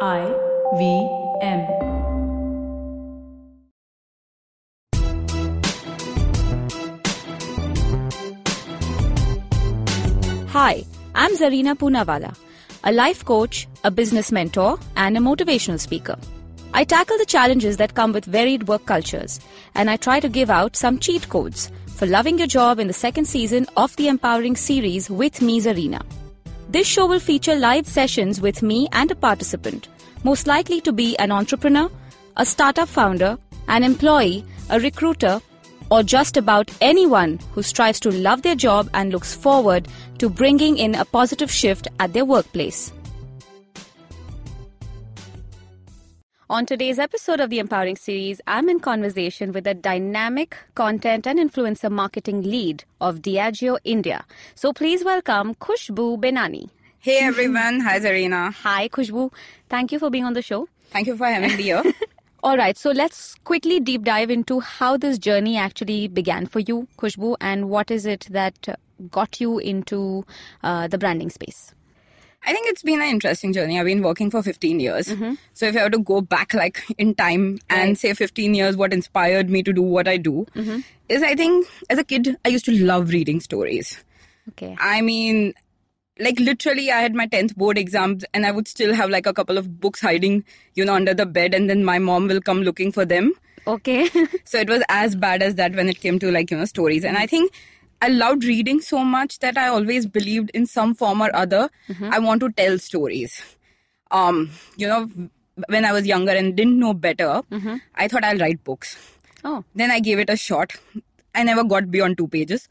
I V M. Hi, I'm Zarina Poonawala, a life coach, a business mentor, and a motivational speaker. I tackle the challenges that come with varied work cultures, and I try to give out some cheat codes for loving your job in the second season of the Empowering series with me, Zarina. This show will feature live sessions with me and a participant, most likely to be an entrepreneur, a startup founder, an employee, a recruiter, or just about anyone who strives to love their job and looks forward to bringing in a positive shift at their workplace. On today's episode of the Empowering Series, I'm in conversation with a dynamic content and influencer marketing lead of Diageo India. So please welcome Kushbu Benani. Hey everyone, hi Zarina. Hi, Kushbu. Thank you for being on the show. Thank you for having me here. All right, so let's quickly deep dive into how this journey actually began for you, Kushbu, and what is it that uh, got you into uh, the branding space? I think it's been an interesting journey. I've been working for 15 years. So if I were to go back like in time and say 15 years, what inspired me to do what I do is I think as a kid, I used to love reading stories. Okay. I mean, like literally, I had my 10th board exams and I would still have like a couple of books hiding, you know, under the bed and then my mom will come looking for them. Okay. So it was as bad as that when it came to like, you know, stories. And I think I loved reading so much that I always believed in some form or other, I want to tell stories. Um, you know, when I was younger and didn't know better, I thought I'll write books. oh, Then I gave it a shot. I never got beyond two pages.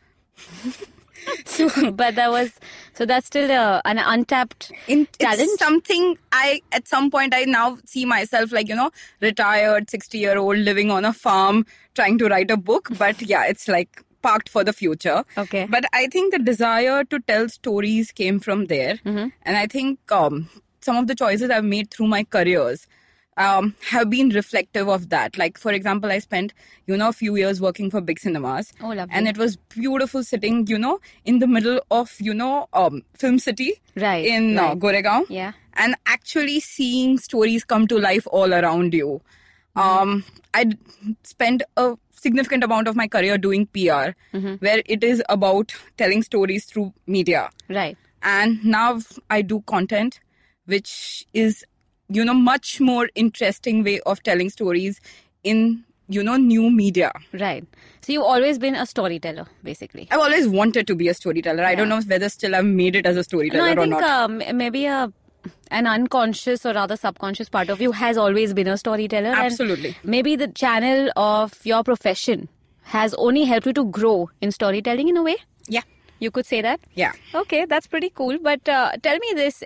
so but that was so that's still uh, an untapped in Talent? it's something I at some point I now see myself like, you know, retired, sixty year old living on a farm, trying to write a book. But yeah, it's like parked for the future. Okay. But I think the desire to tell stories came from there. Mm-hmm. And I think um, some of the choices I've made through my careers um, have been reflective of that. Like, for example, I spent, you know, a few years working for big cinemas. Oh, lovely. And it was beautiful sitting, you know, in the middle of, you know, um, Film City Right, in Uh, right. Goregaon Yeah. and actually seeing stories come to life all around you. Mm-hmm. Um, I d- spent a significant amount of my career doing PR, Mm-hmm. where it is about telling stories through media. right. And now I do content, which is, you know, much more interesting way of telling stories in, you know, new media. Right. So you've always been a storyteller, basically. I've always wanted to be a storyteller. I don't know whether still I've made it as a No, storyteller I or think not. um, maybe a, an unconscious or rather subconscious part of you has always been a storyteller. and Absolutely. maybe the channel of your profession has only helped you to grow in storytelling in a way. yeah. You could say that. Yeah. Okay, that's pretty cool. But uh, tell me this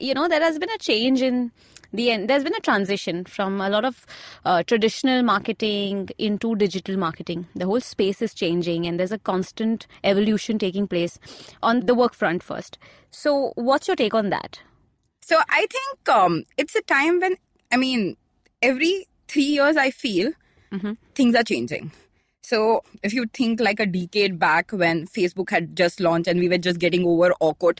you know, there has been a change in the end, there's been a transition from a lot of uh, traditional marketing into digital marketing. The whole space is changing and there's a constant evolution taking place on the work front first. So, what's your take on that? So I think um, it's a time when I mean, every three years I feel things are changing. So if you think like a decade back when Facebook had just launched and we were just getting over Orkut,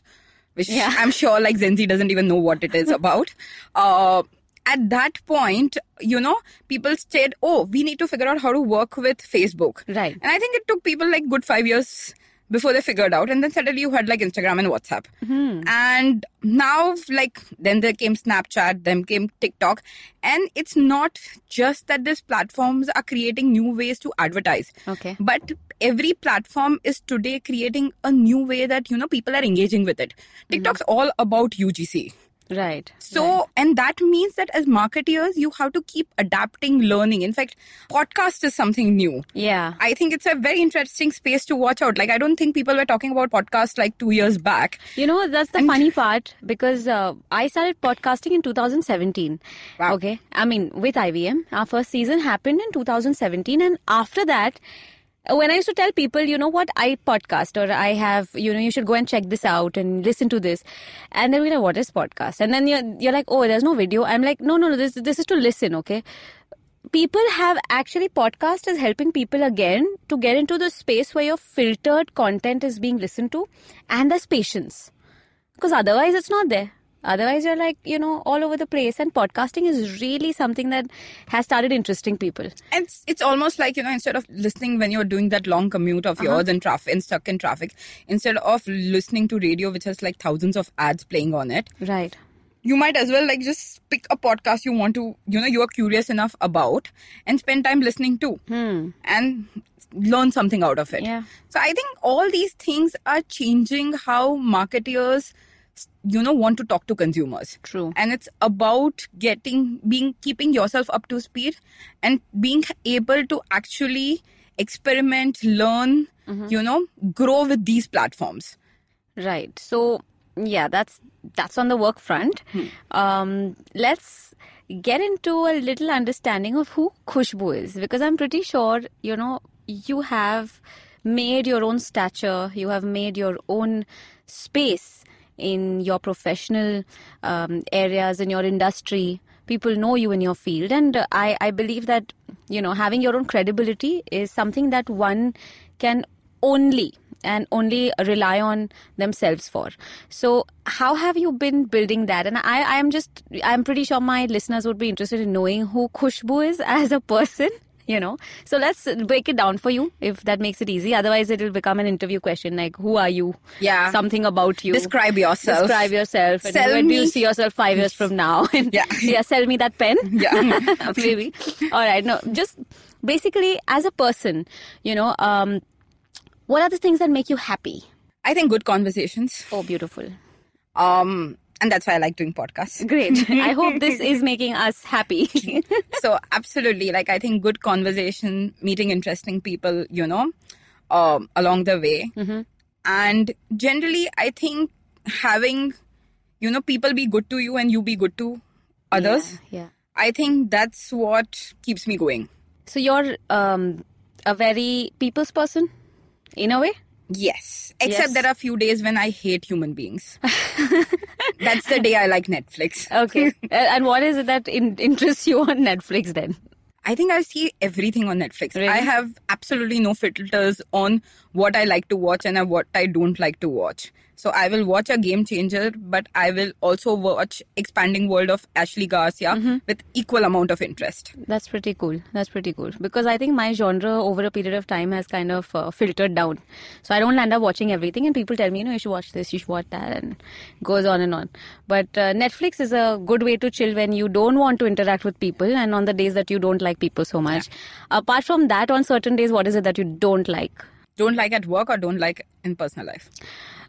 which Yeah. I'm sure like Gen Z doesn't even know what it is about. uh, at that point, you know, people said, "Oh, we need to figure out how to work with Facebook." Right. And I think it took people like good five years before they figured out. And then suddenly you had like Instagram and WhatsApp. Mm-hmm. Mm-hmm. And now, like, then there came Snapchat, then came TikTok. And it's not just that these platforms are creating new ways to advertise. Okay. But every platform is today creating a new way that, you know, people are engaging with it. TikTok's all about UGC. Right. So, and that means that as marketers, you have to keep adapting, learning. In fact, podcast is something new. Yeah. I think it's a very interesting space to watch out. Like, I don't think people were talking about podcasts like two years back. You know, that's the funny part because uh, I started podcasting in 2017. Wow. Okay. I mean, with IVM, our first season happened in 2017. And after that, uh, when I used to tell people, you know what, I podcast or I have, you know, you should go and check this out and listen to this. And then we're like, what is podcast? And then you're, you're like, oh, there's no video. I'm like, no, no, no, this, this is to listen. Okay people have actually podcast is helping people again to get into the space where your filtered content is being listened to and there's patience because otherwise it's not there Otherwise, you're like, you know, all over the place. And podcasting is really something that has started interesting people. And it's, it's almost like, you know, instead of listening when you're doing that long commute of yours in traffic and stuck in traffic, instead of listening to radio, which has like thousands of ads playing on it, Right. you might as well like just pick a podcast you want to, you know, you're curious enough about and spend time listening to Hmm. and learn something out of it. Yeah. So I think all these things are changing how marketers, you know, want to talk to consumers True. and it's about getting being keeping yourself up to speed and being able to actually experiment learn you know grow with these platforms Right. So yeah, that's that's on the work front. Um, let's get into a little understanding of who Khushbu is because I'm pretty sure you know you have made your own stature, you have made your own space in your professional um, areas in your industry. People know you in your field, and uh, I I believe that you know having your own credibility is something that one can only and only rely on themselves for so how have you been building that and i i am just i'm pretty sure my listeners would be interested in knowing who kushbu is as a person you know so let's break it down for you if that makes it easy otherwise it will become an interview question like who are you Yeah. something about you describe yourself describe yourself and Sell where do you me. see yourself five years from now and Yeah. sell me that pen Yeah. maybe all right no just basically as a person you know um what are the things that make you happy i think good conversations oh beautiful um and that's why i like doing podcasts great i hope this is making us happy so absolutely like i think good conversation meeting interesting people you know um, along the way Mm-hmm. and generally i think having you know people be good to you and you be good to others yeah, yeah. I think that's what keeps me going. so you're um a very people's person in a way Yes. Except Yes. there are few days when I hate human beings. that's the day I like Netflix. okay Uh, and what is it that in- interests you on netflix then I think I see everything on Netflix. Really? I have absolutely no filters on what I like to watch and what I don't like to watch. So I will watch a game changer, but I will also watch Expanding World of Ashley Garcia with equal amount of interest. That's pretty cool. That's pretty cool. Because I think my genre over a period of time has kind of uh, filtered down. So I don't end up watching everything, and people tell me, you know, you should watch this, you should watch that, and goes on and on. But uh, Netflix is a good way to chill when you don't want to interact with people and on the days that you don't like people so much. Apart from that, on certain days, what is it that you don't like? Don't like at work or don't like in personal life.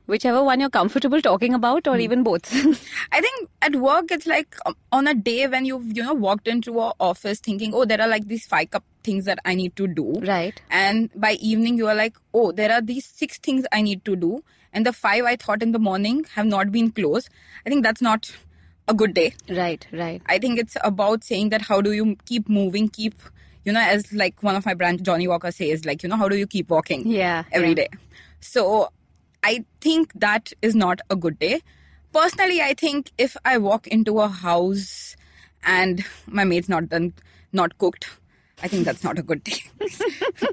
Whichever one you're comfortable talking about, or even both. I think at work it's like um, on a day when you've you know walked into our office thinking, oh, there are like these five cup things that I need to do, right. and by evening you are like, oh, there are these six things I need to do, and the five I thought in the morning have not been closed. I think that's not a good day. Right. Right. I think it's about saying that how do you keep moving, keep you know, as like one of my brand Johnny Walker says, like you know, how do you keep walking? Yeah. every yeah. day. So I think that is not a good day. Personally, I think if I walk into a house and my maid's not done, not cooked, I think that's not a good day.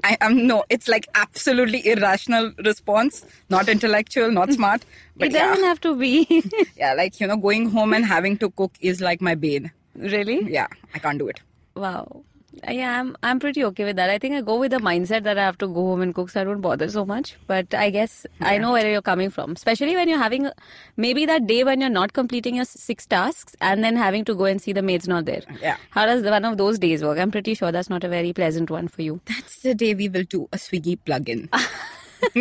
I am no, it's like absolutely irrational response, not intellectual, not smart. But it doesn't yeah, have to be. yeah, like you know, going home and having to cook is like my bane. really. Yeah, I can't do it. Wow. Yeah, I'm I'm pretty okay with that. I think I go with the mindset that I have to go home and cook, so I don't bother so much. But I guess I know where you're coming from, especially when you're having a- maybe that day when you're not completing your s- six tasks and then having to go and see the maid's not there. Yeah. How does one of those days work? I'm pretty sure that's not a very pleasant one for you. That's the day we will do a Swiggy plug-in.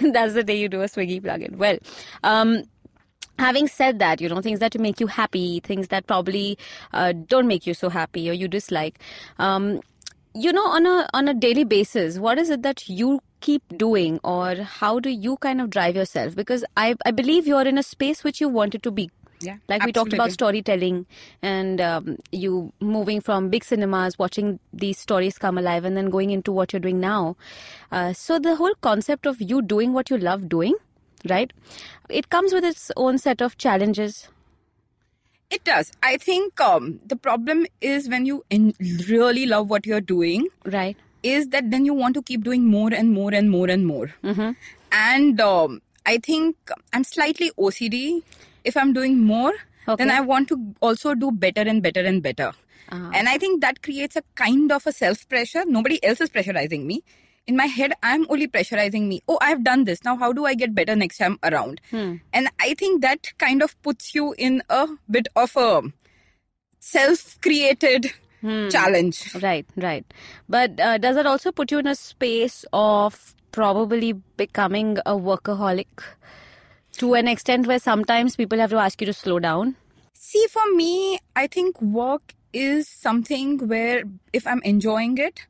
that's the day you do a Swiggy plug-in. Well, um, having said that, you know things that make you happy, things that probably uh, don't make you so happy or you dislike. Um, you know, on a on a daily basis, what is it that you keep doing, or how do you kind of drive yourself? Because I I believe you're in a space which you wanted to be. Yeah, Like we talked about absolutely. storytelling and um, you moving from big cinemas, watching these stories come alive, and then going into what you're doing now. Uh, so, the whole concept of you doing what you love doing, right? It comes with its own set of challenges. It does. I think um, the problem is when you in- really love what you're doing, Right. is that then you want to keep doing more and more Mm-hmm. and more and more. And um, I think I'm slightly OCD if i'm doing more Okay. then i want to also do better and better and better Ah. and i think that creates a kind of a self pressure nobody else is pressurizing me in my head i'm only pressurizing me oh i've done this now how do i get better next time around Hmm. and i think that kind of puts you in a bit of a self created challenge Right, right. But uh, does that also put you in a space of probably becoming a workaholic to an extent where sometimes people have to ask you to slow down? See, for me, I think work is something where if I'm enjoying it,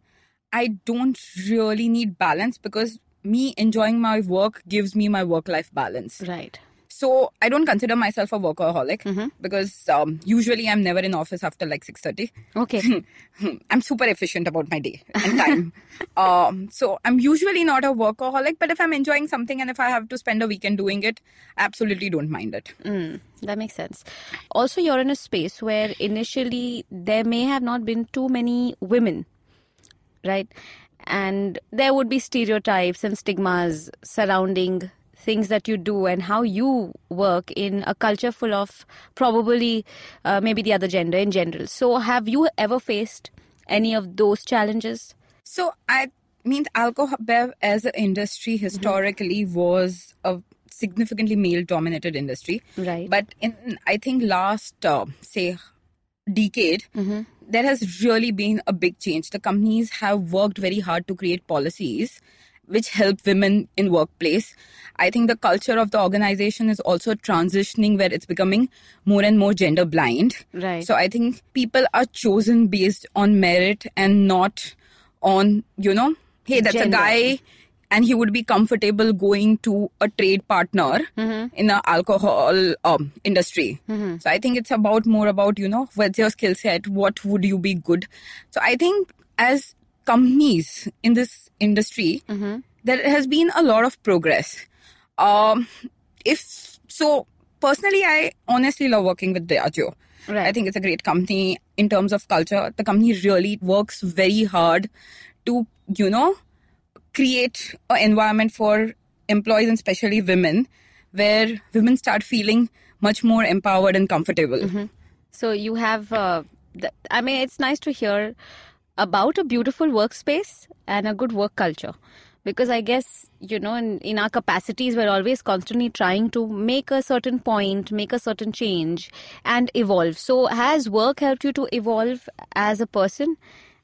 I don't really need balance because me enjoying my work gives me my work life balance. Right. So I don't consider myself a workaholic because um, usually I'm never in office after like 6:30. Okay. I'm super efficient about my day and time. um, so I'm usually not a workaholic, but if I'm enjoying something and if I have to spend a weekend doing it, I absolutely don't mind it. Mm, that makes sense. Also, you're in a space where initially there may have not been too many women, right? And there would be stereotypes and stigmas surrounding things that you do and how you work in a culture full of probably uh, maybe the other gender in general. So, have you ever faced any of those challenges? So I mean, alcohol bev as an industry historically was a significantly male-dominated industry, Right. but in I think last uh, say decade, there has really been a big change. The companies have worked very hard to create policies which help women in workplace. I think the culture of the organization is also transitioning where it's becoming more and more gender blind. Right. So I think people are chosen based on merit and not on, you know, hey, that's Gender. a guy and he would be comfortable going to a trade partner Mm-hmm. in the alcohol um, industry. So I think it's about more about, you know, what's your skill set? What would you be good? So I think as companies in this industry, Mm-hmm. there has been a lot of progress. Um, if so, personally, I honestly love working with Diageo. Right. I think it's a great company in terms of culture. The company really works very hard to, you know, create an environment for employees and especially women where women start feeling much more empowered and comfortable. So you have, uh, th- I mean, it's nice to hear about a beautiful workspace and a good work culture. Because I guess, you know, in, in our capacities, we're always constantly trying to make a certain point, make a certain change, and evolve. So, has work helped you to evolve as a person?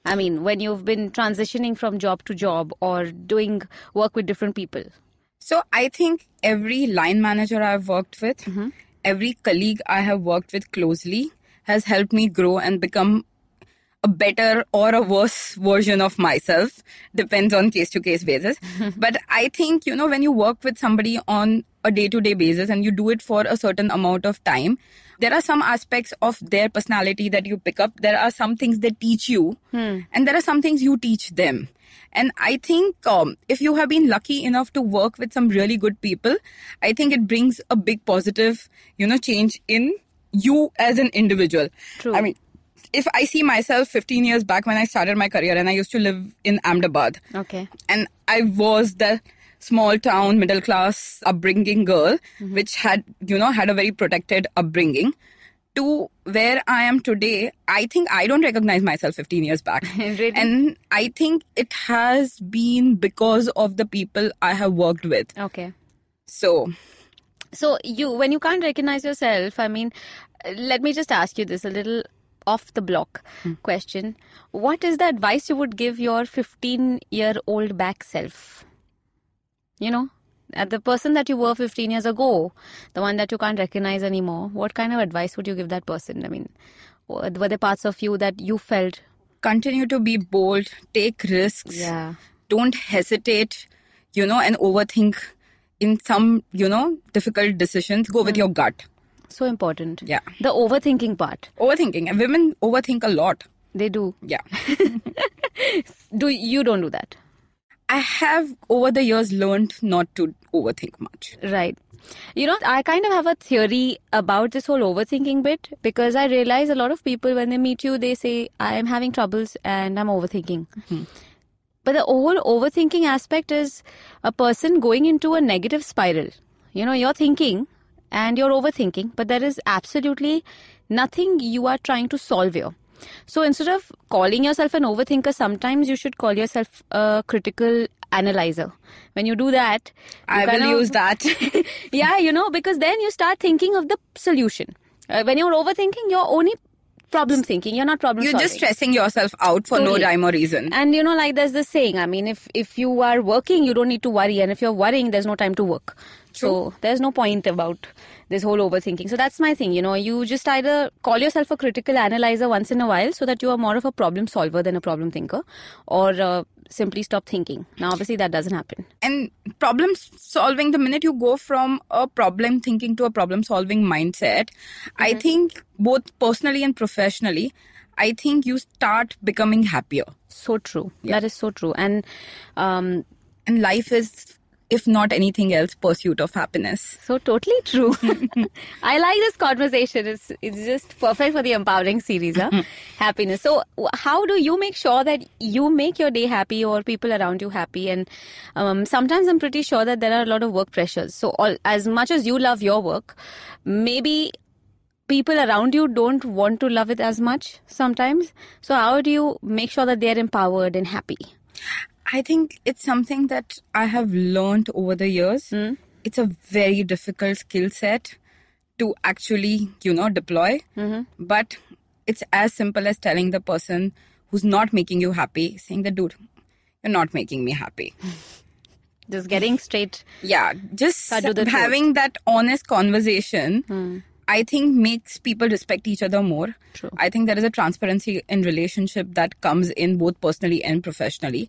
I mean, when you've been transitioning from job to job or doing work with different people? So I think every line manager I've worked with, every colleague I have worked with closely has helped me grow and become a better or a worse version of myself depends on case to case basis but i think you know when you work with somebody on a day to day basis and you do it for a certain amount of time there are some aspects of their personality that you pick up there are some things they teach you and there are some things you teach them and i think um, if you have been lucky enough to work with some really good people i think it brings a big positive you know change in you as an individual True. i mean if I see myself 15 years back when I started my career and I used to live in Ahmedabad Okay. and I was the small town middle class upbringing girl which had you know had a very protected upbringing to where I am today I think I don't recognize myself 15 years back Really? and I think it has been because of the people I have worked with Okay. so so you when you can't recognize yourself i mean let me just ask you this a little off the block Hmm. question what is the advice you would give your 15 year old back self you know uh, the person that you were 15 years ago the one that you can't recognize anymore what kind of advice would you give that person i mean were were there parts of you that you felt continue to be bold take risks don't hesitate, you know, and overthink in some, you know, difficult decisions. Go with your gut. so important Yeah. the overthinking part Overthinking. And women overthink a lot. they do Yeah. do you don't do that I have over the years learned not to overthink much. Right. You know, I kind of have a theory about this whole overthinking bit because I realize a lot of people, when they meet you, they say, I am having troubles and I'm overthinking. Mm-hmm. But the whole overthinking aspect is a person going into a negative spiral. You know, you're thinking and you're overthinking, but there is absolutely nothing you are trying to solve here. So instead of calling yourself an overthinker, sometimes you should call yourself a critical analyzer. When you do that, you I kind will of- use that. yeah, you know, because then you start thinking of the solution. Uh, when you're overthinking, you're only problem thinking. You're not problem You're solving. just stressing yourself out for Totally. no rhyme or reason. and you know, like there's this saying. I mean, if if you are working, you don't need to worry, and if you're worrying, there's no time to work. So there's no point about this whole overthinking. So that's my thing. You know, you just either call yourself a critical analyzer once in a while, so that you are more of a problem solver than a problem thinker, or uh, simply stop thinking. Now, obviously, that doesn't happen. and problem s- solving the minute you go from a problem thinking to a problem solving mindset i think both personally and professionally i think you start becoming happier So true. That is so true. And um, and life is if not anything else pursuit of happiness So totally true. I like this conversation. It's it's just perfect for the empowering series, huh? happiness. So w- how do you make sure that you make your day happy or people around you happy? And um, sometimes I'm pretty sure that there are a lot of work pressures. So all, as much as you love your work, maybe people around you don't want to love it as much sometimes. So how do you make sure that they're empowered and happy? i think it's something that i have learned over the years it's a very difficult skill set to actually you know deploy but it's as simple as telling the person who's not making you happy saying that dude you're not making me happy Just getting straight. yeah just Cut to the Hmm. having that honest conversation i think makes people respect each other more True. i think there is a transparency in relationship that comes in both personally and professionally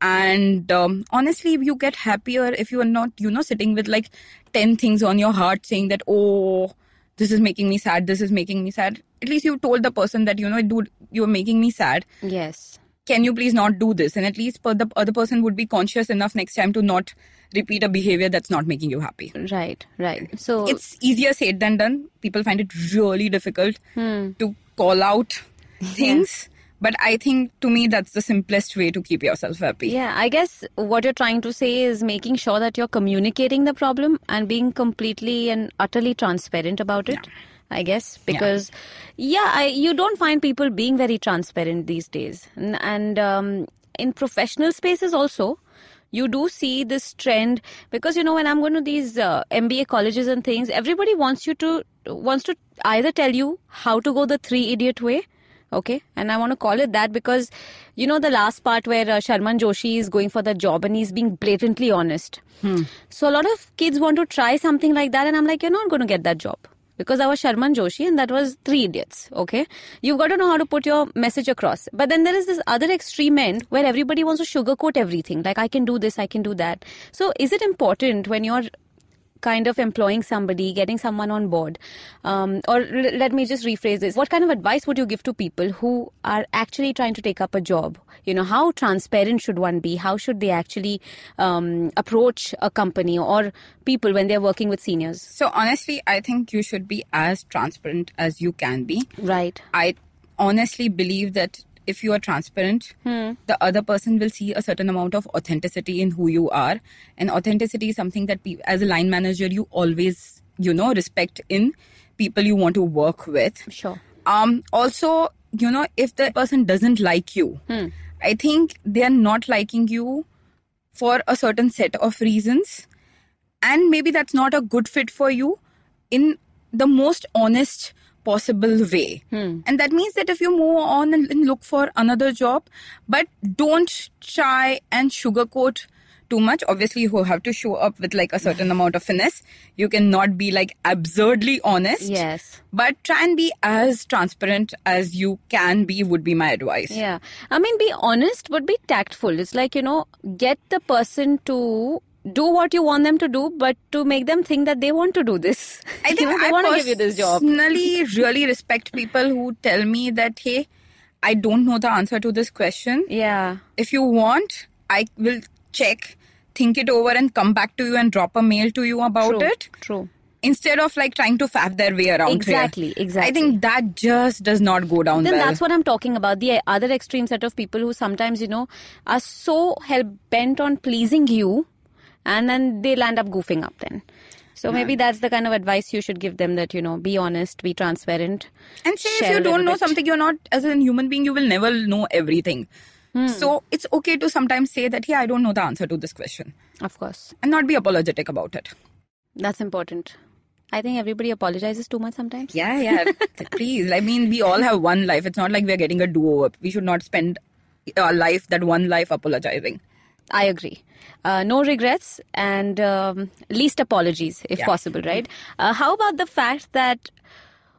and um, honestly you get happier if you are not you know sitting with like 10 things on your heart saying that oh this is making me sad this is making me sad at least you told the person that you know dude you're making me sad Yes. can you please not do this and at least per the other person would be conscious enough next time to not repeat a behavior that's not making you happy Right. Right. So it's easier said than done people find it really difficult to call out things but i think to me that's the simplest way to keep yourself happy Yeah, I guess what you're trying to say is making sure that you're communicating the problem and being completely and utterly transparent about it. I guess because, yeah, I, you don't find people being very transparent these days, and, and um, in professional spaces also, you do see this trend because you know when I'm going to these uh, MBA colleges and things, everybody wants you to wants to either tell you how to go the three idiot way okay and i want to call it that because you know the last part where uh, sharman joshi is going for the job and he's being blatantly honest so a lot of kids want to try something like that and i'm like you're not going to get that job because I was Sharman Joshi and that was three idiots. Okay. You've got to know how to put your message across. But then there is this other extreme end where everybody wants to sugarcoat everything. Like, I can do this, I can do that. So, is it important when you're kind of employing somebody, getting someone on board? Um, or l- let me just rephrase this. What kind of advice would you give to people who are actually trying to take up a job? You know, how transparent should one be? How should they actually um, approach a company or people when they're working with seniors? so honestly i think you should be as transparent as you can be Right. I honestly believe that if you are transparent, the other person will see a certain amount of authenticity in who you are. And authenticity is something that, pe- as a line manager, you always, you know, respect in people you want to work with. Sure. Um, also, you know, if the person doesn't like you, I think they are not liking you for a certain set of reasons. And maybe that's not a good fit for you in the most honest possible way. And that means that if you move on and, and look for another job, but don't try and sugarcoat too much. Obviously, you have to show up with like a certain amount of finesse. You cannot be like absurdly honest Yes. but try and be as transparent as you can be would be my advice Yeah. I mean, be honest, but be tactful. It's like, you know, get the person to do what you want them to do, but to make them think that they want to do this. i You think know, they i want to give you this job. personally really respect people who tell me that hey i don't know the answer to this question Yeah. if you want i will check think it over and come back to you and drop a mail to you about True. it True. instead of like trying to faff their way around here. Exactly, i exactly. think that just does not go down Then well that's what I'm talking about. The other extreme set of people who sometimes, you know, are so hell bent on pleasing you and then they land up goofing up then. So maybe that's the kind of advice you should give them that, you know, be honest, be transparent. And say share if a you don't little know bit. something, you're not as a human being, you will never know everything. So it's okay to sometimes say that, hey, I don't know the answer to this question, Of course. and not be apologetic about it. That's important. I think everybody apologizes too much sometimes. Yeah, yeah. Like, Please. I mean, we all have one life. It's not like we're getting a do over. We should not spend our life, that one life, apologizing. I agree. Uh, no regrets and um, least apologies if Yeah. possible, right? Uh, how about the fact that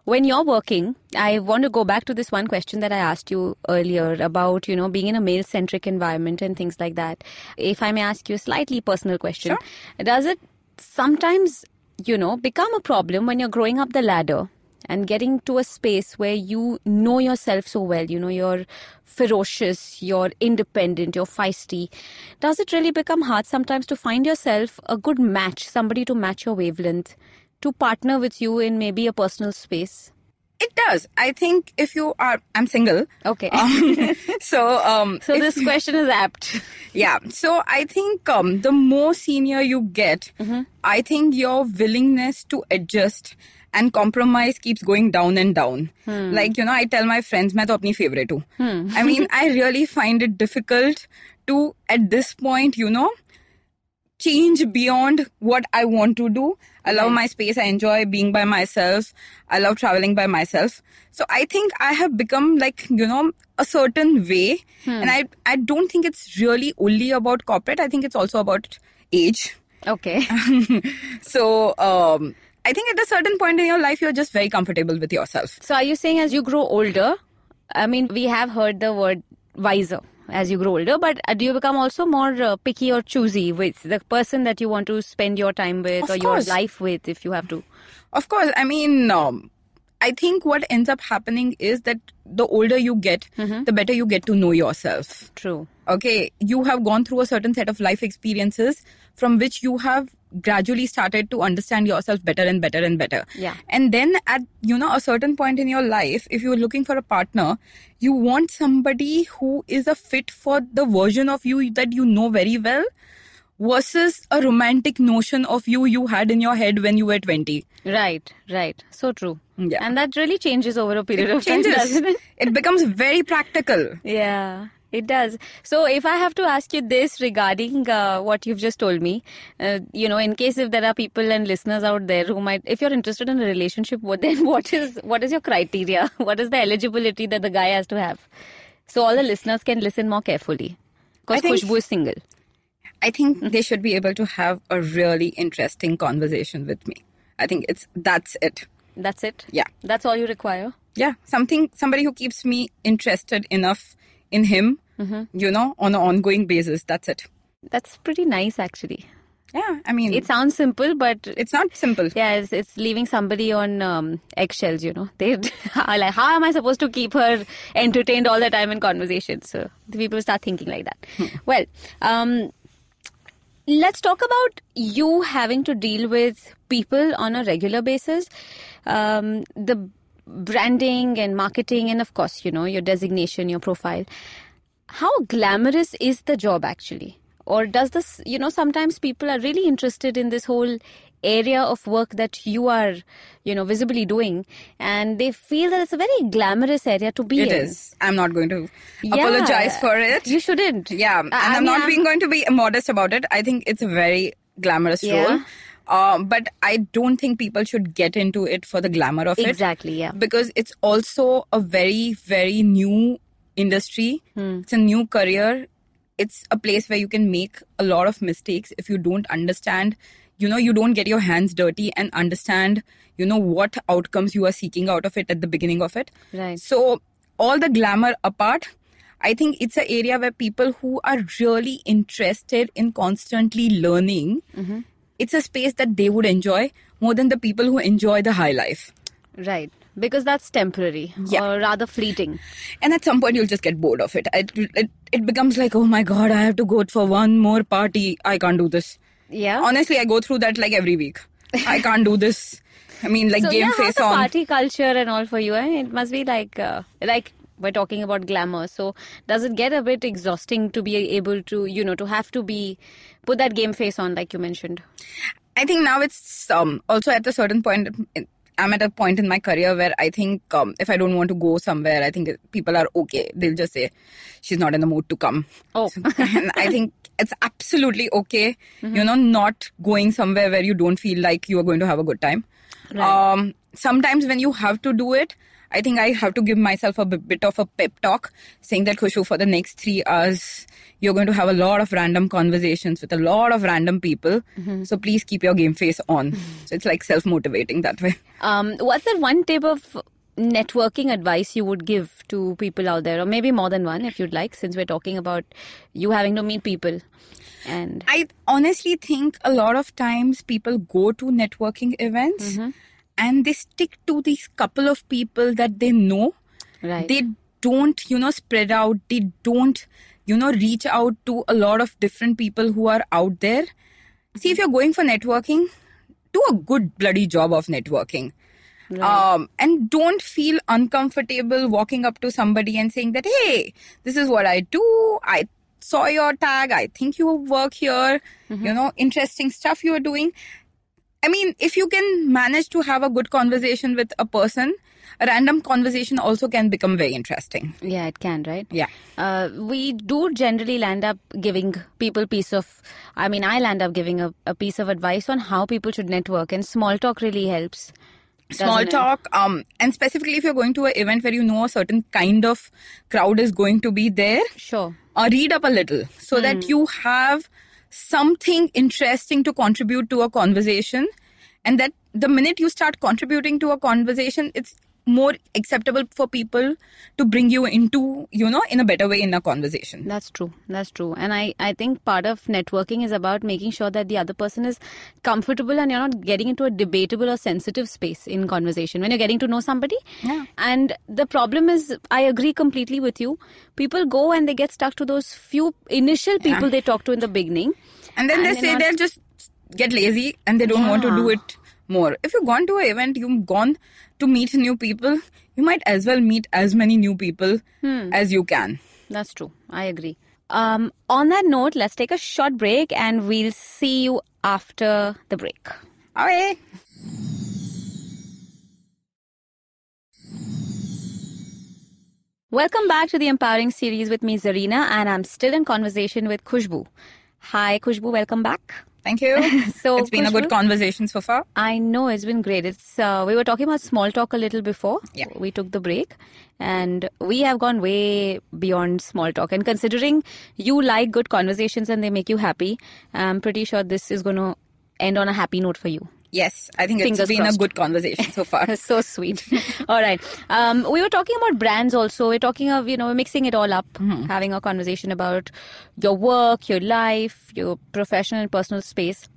when you're working, I want to go back to this one question that I asked you earlier about, you know, being in a male centric environment and things like that. If I may ask you a slightly personal question, does it sometimes, you know, become a problem when you're growing up the ladder? and getting to a space where you know yourself so well you know you're ferocious you're independent you're feisty does it really become hard sometimes to find yourself a good match somebody to match your wavelength to partner with you in maybe a personal space It does. I think if you are, I'm single. okay Um, so, um, so if- this question is apt yeah. So I think um, the more senior you get, I think your willingness to adjust and compromise keeps going down and down. Like you know, I tell my friends, "मैं तो अपनी favorite हूँ." I mean, I really find it difficult to at this point, you know, change beyond what I want to do. I love my space. I enjoy being by myself. I love traveling by myself. So I think I have become like, you know, a certain way. And I, I don't think it's really only about corporate. I think it's also about age. okay So, um, I think at a certain point in your life, you're just very comfortable with yourself. so are you saying as you grow older i mean we have heard the word wiser as you grow older but uh, do you become also more uh, picky or choosy with the person that you want to spend your time with Of or course. your life with if you have to Of course, I mean, um, I think what ends up happening is that the older you get, the better you get to know yourself. True. okay you have gone through a certain set of life experiences from which you have gradually started to understand yourself better and better and better Yeah. and then at you know a certain point in your life if you're looking for a partner you want somebody who is a fit for the version of you that you know very well versus a romantic notion of you you had in your head when you were 20 Right, right. So true. Yeah. And that really changes over a period of time, changes doesn't it? it becomes very practical Yeah, it does. So, if I have to ask you this regarding uh, what you've just told me, uh, you know, in case if there are people and listeners out there who might, if you're interested in a relationship, what then what is what is your criteria? What is the eligibility that the guy has to have? So all the listeners can listen more carefully. Because I think- Khushbu is single. I Mm-hmm. think they should be able to have a really interesting conversation with me. I think it's that's it. That's it. Yeah. That's all you require. Yeah, something somebody who keeps me interested enough in him, Mm-hmm. you know, on an ongoing basis. That's it. That's pretty nice, actually. Yeah, I mean, It it's sounds simple, but it's not simple. Yeah, it's, it's leaving somebody on um, eggshells, you know. They are like, how am I supposed to keep her entertained all the time in conversation? So the people start thinking like that. Well, um, let's talk about you having to deal with people on a regular basis. Um, the branding and marketing, and of course, you know, your designation, your profile. How glamorous is the job actually? Or does this, you know, sometimes people are really interested in this whole area of work that you are, you know, visibly doing, and they feel that it's a very glamorous area to be It in. is. I'm not going to Yeah. apologize for it. You Uh, shouldn't. yeah, and I- I I am mean, not being going to be modest about it. I think it's a very glamorous Yeah. role. Um, but I don't think people should get into it for the glamour of it. Exactly, yeah. because it's also a very very new industry Hmm. it's a new career it's a place where you can make a lot of mistakes if you don't understand you know you don't get your hands dirty and understand you know what outcomes you are seeking out of it at the beginning of it Right. so all the glamour apart i think it's an area where people who are really interested in constantly learning Mm-hmm. it's a space that they would enjoy more than the people who enjoy the high life Right. Because that's temporary Yeah. or rather fleeting. and at some point you'll just get bored of it. it it it becomes like oh my god i have to go for one more party i can't do this Yeah. honestly i go through that like every week i can't do this i mean like so game yeah, how's face the on party culture and all for you? I mean, it must be like uh, like we're talking about glamour. So does it get a bit exhausting to be able to you know to have to be put that game face on like you mentioned? I think now it's um, also at a certain point. in- I'm at a point in my career where I think um, if I don't want to go somewhere, I think people are okay. They'll just say, "She's not in the mood to come." Oh. and I think it's absolutely okay. You know, not going somewhere where you don't feel like you are going to have a good time. Right. Um, sometimes when you have to do it, I think I have to give myself a bi- bit of a pep talk, saying that Khushu, for the next three hours, you're going to have a lot of random conversations with a lot of random people. So please keep your game face on. So it's like self motivating that way. Um, what's that one tip of networking advice you would give to people out there, or maybe more than one if you'd like, since we're talking about you having to meet people? And I honestly think a lot of times people go to networking events Mm-hmm. and they stick to these couple of people that they know. right, They don't, you know, spread out. They don't, you know, reach out to a lot of different people who are out there. See, if you're going for networking, do a good bloody job of networking. Um, and don't feel uncomfortable walking up to somebody and saying that, hey, this is what I do. I saw your tag. I think you work here. You know, interesting stuff you are doing. I mean, if you can manage to have a good conversation with a person, a random conversation also can become very interesting. yeah, it can, right? Yeah. Uh, we do generally land up giving people piece of i mean i land up giving a, a piece of advice on how people should network and small talk really helps small doesn't it? talk um and specifically if you're going to an event where you know a certain kind of crowd is going to be there sure uh, read up a little so that Hmm. you have something interesting to contribute to a conversation and that the minute you start contributing to a conversation it's more acceptable for people to bring you into you know in a better way in a conversation That's true. That's true. And I, I think part of networking is about making sure that the other person is comfortable and you're not getting into a debatable or sensitive space in conversation when you're getting to know somebody. Yeah. And the problem is, I agree completely with you. People go and they get stuck to those few initial people they talk to in the beginning. And then And they they're say not- they'll just get lazy and they don't want to do Yeah. it more. If you've gone to an event, you've gone to meet new people, you might as well meet as many new people Hmm. as you can. That's true. I agree. Um, on that note, let's take a short break and we'll see you after the break. Okay. Welcome back to the Empowering series with me, Zarina, and I'm still in conversation with Kushbu. Hi, Kushbu, welcome back. Thank you. So, it's been a good Kushbu, conversation so far. I know it's been great. It's uh, we were talking about small talk a little before Yeah. we took the break, and we have gone way beyond small talk. And considering you like good conversations and they make you happy, I'm pretty sure this is going to end on a happy note for you. Yes, I think Fingers it's been crossed. a good conversation so far. so sweet. all right. Um, we were talking about brands also. We're talking of, you know, we're mixing it all up, having a conversation about your work, your life, your professional and personal space.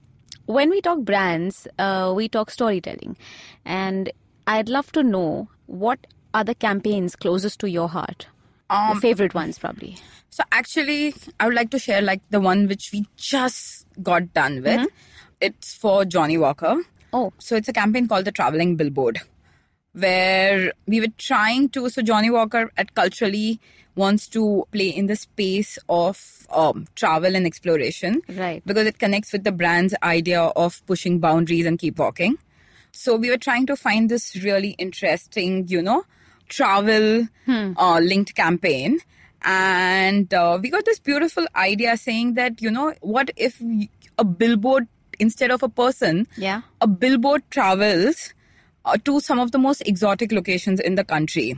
When we talk brands, uh, we talk storytelling. And I'd love to know what are the campaigns closest to your heart? your favorite ones, probably. Um, So actually, I would like to share like the one which we just got done with. Mm-hmm. It's for Johnny Walker. Oh, So it's a campaign called the Traveling Billboard, where we were trying to. So Johnny Walker at Culturally wants to play in the space of um, travel and exploration, Right. Because it connects with the brand's idea of pushing boundaries and keep walking. So we were trying to find this really interesting, you know, travel uh, linked campaign. And uh, we got this beautiful idea saying that, you know, what if y- a billboard instead of a person yeah. a billboard travels uh, to some of the most exotic locations in the country.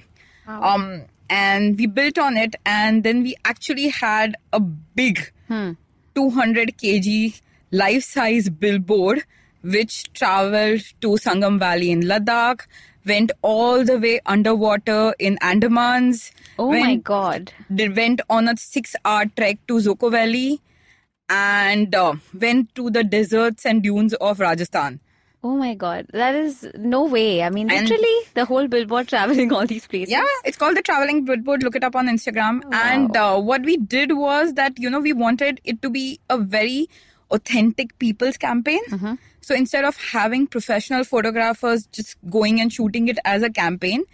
Um, and we built on it, and then we actually had a big Hmm. 200 kg life size billboard which traveled to Sangam Valley in Ladakh, went all the way underwater in Andamans. Oh my went God. they went on a six hour trek to Zoko Valley and uh, went to the deserts and dunes of Rajasthan. Oh my God. That is no way. I mean, And- literally, the whole billboard traveling all these places. Yeah, it's called the Traveling Billboard. Look it up on Instagram. And uh, what we did was that, you know, we wanted it to be a very authentic people's campaign. So instead of having professional photographers just going and shooting it as a campaign,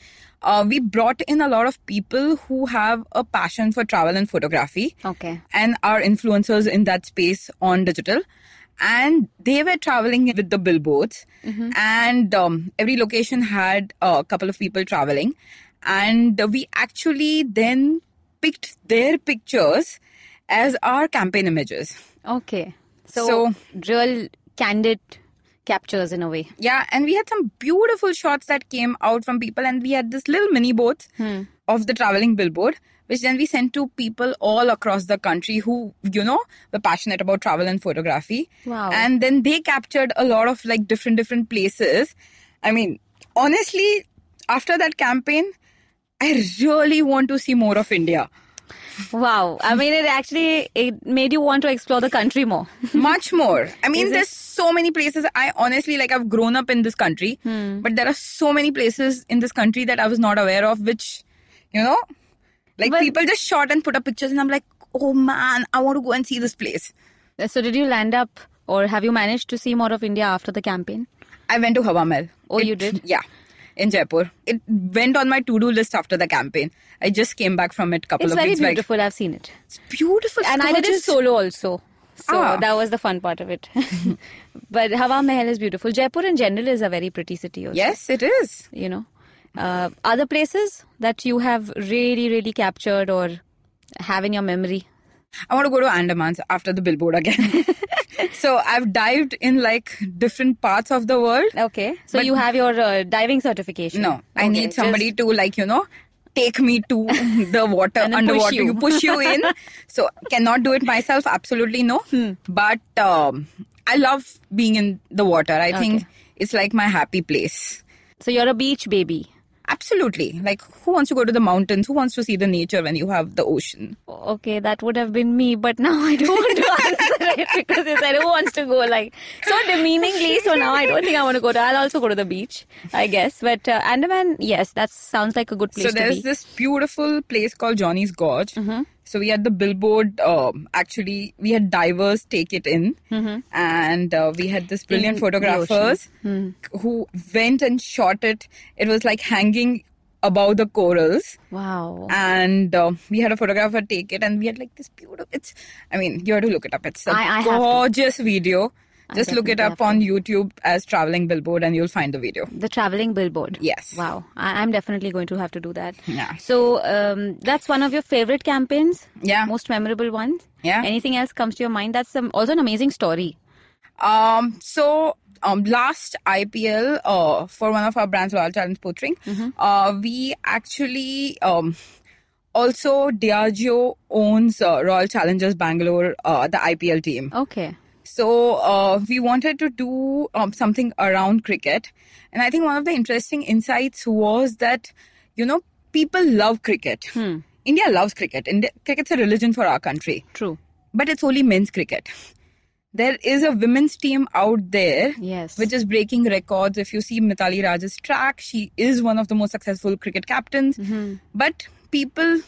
uh, we brought in a lot of people who have a passion for travel and photography. Okay. and are influencers in that space on digital. and they were traveling with the billboards and um, every location had a couple of people traveling and we actually then picked their pictures as our campaign images Okay. So, So- real candid captures in a way. yeah and we had some beautiful shots that came out from people and we had this little mini boat of the traveling billboard which then we sent to people all across the country who you know were passionate about travel and photography Wow. and then they captured a lot of like different different places i mean honestly after that campaign i really want to see more of india Wow. I mean, it actually it made you want to explore the country more. much more i mean Is it- there's so many places i honestly like i've grown up in this country Hmm. but there are so many places in this country that i was not aware of which you know like Well- people just shot and put up pictures and i'm like oh man i want to go and see this place So, did you land up or have you managed to see more of India after the campaign? i went to hawa mahal Oh, It- you did? yeah in jaipur it went on my to-do list after the campaign i just came back from it couple It's of very weeks back beautiful. I've seen it. it's beautiful and I did it gorgeous. solo also. So Ah. that was the fun part of it. but Hawa Mahal is beautiful. Jaipur in general is a very pretty city also. yes it is You know. Uh, other places that you have really, really captured or have in your memory. I want to go to Andamans after the billboard again. so I've dived in like different parts of the world. Okay. So But- you have your uh, diving certification. No, I Okay, need just- somebody to like, you know, take me to the water And then push underwater. you. You push you in. so cannot do it myself. Absolutely no. Hmm. But um, I love being in the water. I think it's like my happy place. So you're a beach baby. Absolutely. Like, who wants to go to the mountains? Who wants to see the nature when you have the ocean? Okay, that would have been me, but now I don't want to answer it because you said who wants to go like so demeaningly. So now I don't think I want to go. To, I'll also go to the beach, I guess. But uh, Andaman, yes, that sounds like a good place so to there's be. Mm-hmm. this beautiful place called Johnny's Gorge. So we had the billboard. Um, actually, we had divers take it in, and uh, we had this brilliant Mm-hmm. In the Hmm. photographers who went and shot it. It was like hanging above the corals, wow. and uh, we had a photographer take it, and we had like this beautiful. It's, I mean, you have to look it up. It's a I- I have to. gorgeous video. I Just look it definitely up on YouTube as traveling billboard, and you'll find the video. The traveling billboard. Yes. Wow. I- I'm definitely going to have to do that. Yeah. So um, that's one of your favorite campaigns. Yeah. Most memorable ones. Yeah. Anything else comes to your mind? That's um, also an amazing story. Um, so um, last IPL uh, for one of our brands, Royal Challenge Poaching, Mm-hmm. uh, we actually um, also Diageo owns uh, Royal Challengers Bangalore, uh, the IPL team. Okay. So uh, we wanted to do um, something around cricket, and I think one of the interesting insights was that you know people love cricket. Hmm. India loves cricket. India, cricket's a religion for our country True. but it's only men's cricket. There is a women's team out there, Yes. which is breaking records. If you see Mitali Raj's track, she is one of the most successful cricket captains. Mm-hmm. But people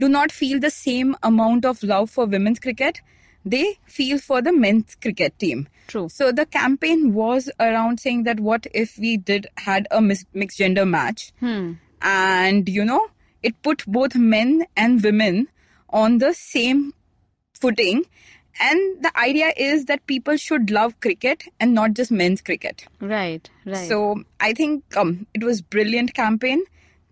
do not feel the same amount of love for women's cricket. They feel for the men's cricket team. True. So the campaign was around saying that what if we did had a mis- mixed gender match, Hmm. and you know it put both men and women on the same footing, and the idea is that people should love cricket and not just men's cricket. Right. Right. So I think um, it was brilliant campaign,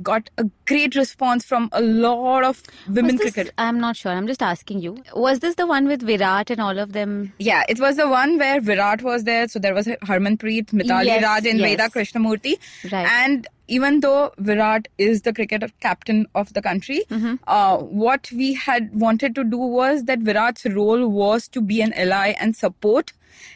got a great response from a lot of women Was this- cricket. I'm not sure. I'm just asking you. Was this the one with Virat and all of them? Yeah, it was the one where Virat was there. So there was Harmanpreet, Mitali Yes, Raj, and yes. Veda Krishnamurti. Right. And even though Virat is the cricket captain of the country, Mm-hmm. uh, what we had wanted to do was that Virat's role was to be an ally and support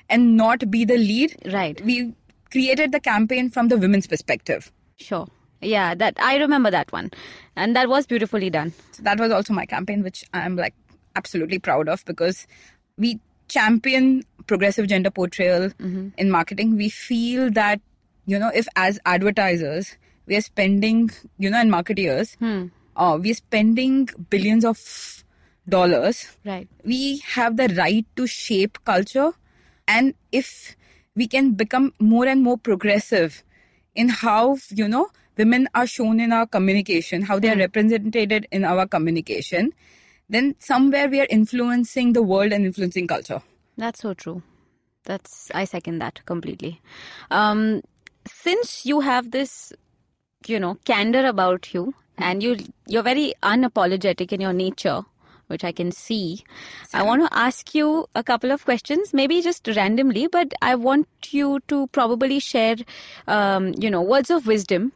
and not be the lead. Right. We created the campaign from the women's perspective. Sure. Yeah, that I remember that one, and that was beautifully done. So that was also my campaign, which I'm like absolutely proud of because we champion progressive gender portrayal in marketing. We feel that, you know, if as advertisers, we are spending, you know, and marketeers, Hmm. uh, we are spending billions of dollars Right. we have the right to shape culture and if we can become more and more progressive in how you know women are shown in our communication how they are represented in our communication then somewhere we are influencing the world and influencing culture That's so true. That's I second that completely. Um, since you have this, you know, candor about you, and you you're very unapologetic in your nature, which I can see. I want to ask you a couple of questions, maybe just randomly, but I want you to probably share, um, you know, words of wisdom,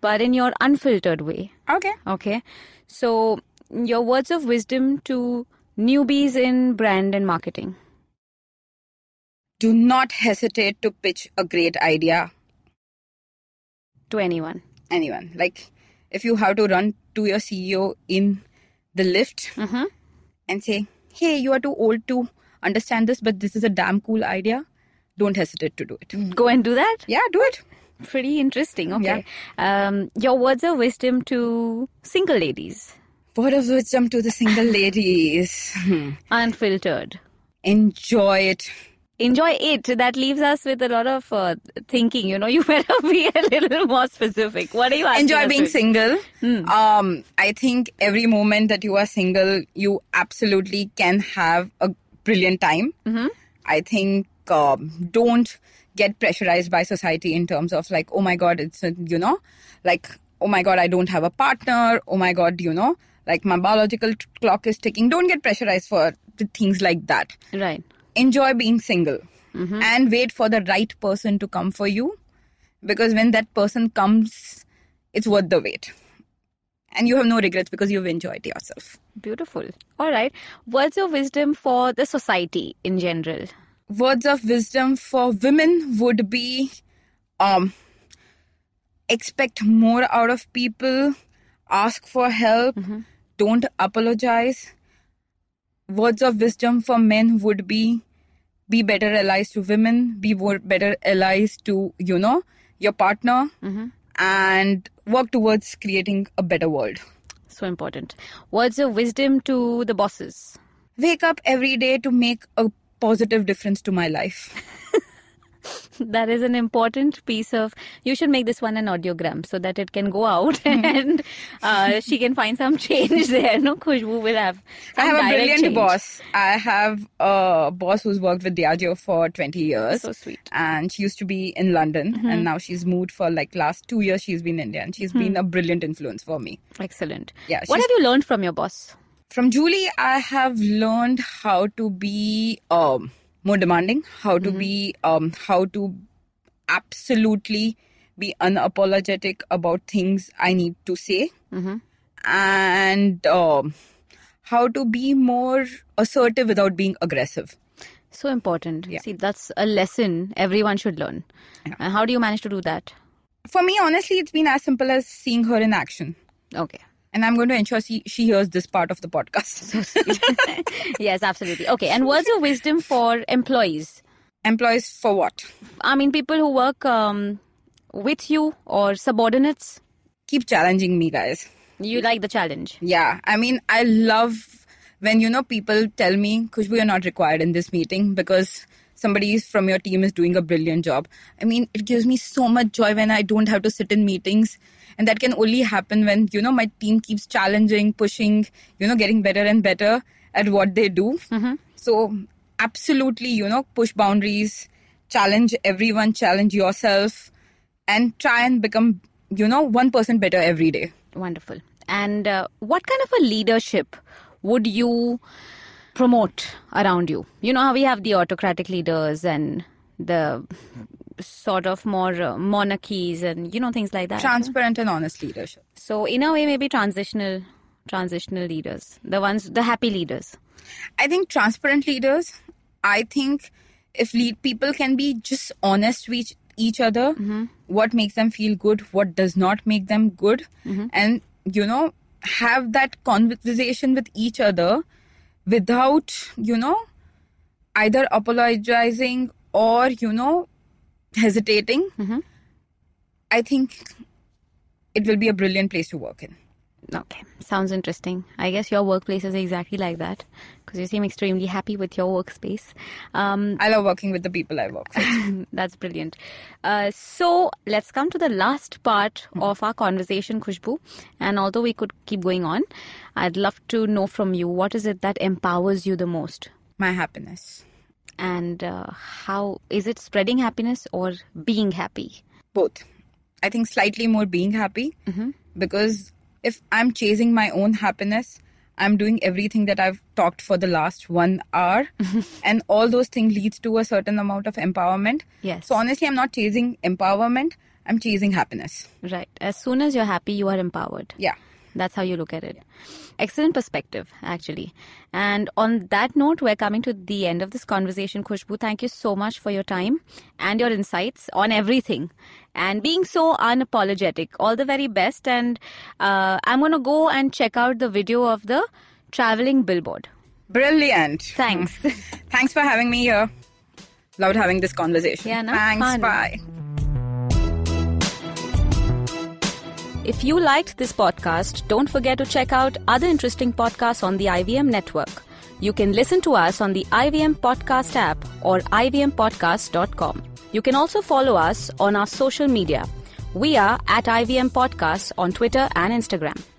but in your unfiltered way. Okay. Okay. So, your words of wisdom to newbies in brand and marketing. Do not hesitate to pitch a great idea to anyone. anyone. Like if you have to run to your CEO in the lift Mhm. and say, "Hey, you are too old to understand this, but this is a damn cool idea." Don't hesitate to do it. Go and do that. Yeah, do it. Pretty interesting. Okay. Um, your words of wisdom to single ladies, Word of wisdom to the single ladies: Hmm. unfiltered. enjoy it. Enjoy it. That leaves us with a lot of uh, thinking. You know, you better be a little more specific. What are you asking? Enjoy us being with? single. Um, I think every moment that you are single, you absolutely can have a brilliant time. I think um, don't get pressurized by society in terms of like, oh my god, it's a, you know, like oh my god, I don't have a partner. Oh my god, you know, like my biological t- clock is ticking. Don't get pressurized for th- things like that. Right. Enjoy being single and wait for the right person to come for you, because when that person comes, it's worth the wait, and you have no regrets because you've enjoyed yourself. Beautiful. All right. Words of wisdom for the society in general. words of wisdom for women would be um expect more out of people ask for help don't apologize words of wisdom for men would be be better allies to women be more better allies to you know your partner Mm-hmm. and work towards creating a better world So important. Words of wisdom to the bosses. wake up every day to make a positive difference to my life That is an important piece of. You should make this one an audiogram so that it can go out and uh, she can find some change there. No, Khushbu will have. I some have a direct brilliant change. boss. I have a boss who's worked with Diageo for 20 years. So Mm-hmm. sweet. And she used to be in London and now she's moved for like last two years she's been in India and she's Mm-hmm. been a brilliant influence for me. Excellent. Yeah, What she's- have you learned from your boss? From Julie, I have learned how to be um, more demanding, how to be, um, how to absolutely be unapologetic about things I need to say. Mhm. And um, how to be more assertive without being aggressive. So important. Yeah. See, that's a lesson everyone should learn. And how do you manage to do that? for me, honestly, it's been as simple as seeing her in action. Okay. And I'm going to ensure she, she hears this part of the podcast. yes, absolutely. Okay. And words of wisdom for employees. Employees for what? I mean, people who work um, with you or subordinates. Keep challenging me, guys. You like the challenge. Yeah. I mean, I love when, you know, people tell me, Kushbu, you're not required in this meeting because somebody is- from your team is doing a brilliant job. I mean, it gives me so much joy when I don't have to sit in meetings. And that can only happen when, you know, my team keeps challenging, pushing, you know, getting better and better at what they do. So, absolutely, you know, push boundaries, challenge everyone, challenge yourself, and try and become, you know, one person better every day. Wonderful. And uh, what kind of a leadership would you promote around you? You know how we have the autocratic leaders and the sort of more uh, monarchies and you know things like that. Transparent and honest leadership. so in a way, maybe transitional, transitional leaders, the ones, the happy leaders. I think transparent leaders, I think if lead people can be just honest with each- each other, what makes them feel good, what does not make them good, and you know, have that conversation with each other without, you know, either apologizing or, you know, hesitating. I think it will be a brilliant place to work in. Okay, sounds interesting. I guess your workplace is exactly like that because you seem extremely happy with your workspace. Um, I love working with the people I work with. That's brilliant. Uh, so let's come to the last part of our conversation, Khushbu. And although we could keep going on, I'd love to know from you what is it that empowers you the most? My happiness. and uh, how is it spreading happiness or being happy? both. I think slightly more being happy Mm-hmm. because if I'm chasing my own happiness, I'm doing everything that I've talked for the last one hour, and all those things leads to a certain amount of empowerment. Yes. So honestly, I'm not chasing empowerment. I'm chasing happiness. Right. As soon as you're happy, you are empowered. Yeah. That's how you look at it. Excellent perspective, actually. And on that note, we're coming to the end of this conversation. Khushbu, thank you so much for your time and your insights on everything and being so unapologetic. All the very best. And uh, I'm going to go and check out the video of the traveling billboard. Brilliant. Thanks. Thanks for having me here. Loved having this conversation. Yeah, no? Thanks. Fun. Bye. If you liked this podcast, don't forget to check out other interesting podcasts on the IVM network. You can listen to us on the IVM Podcast app or IVMPodcast.com. You can also follow us on our social media. We are at IVM Podcasts on Twitter and Instagram.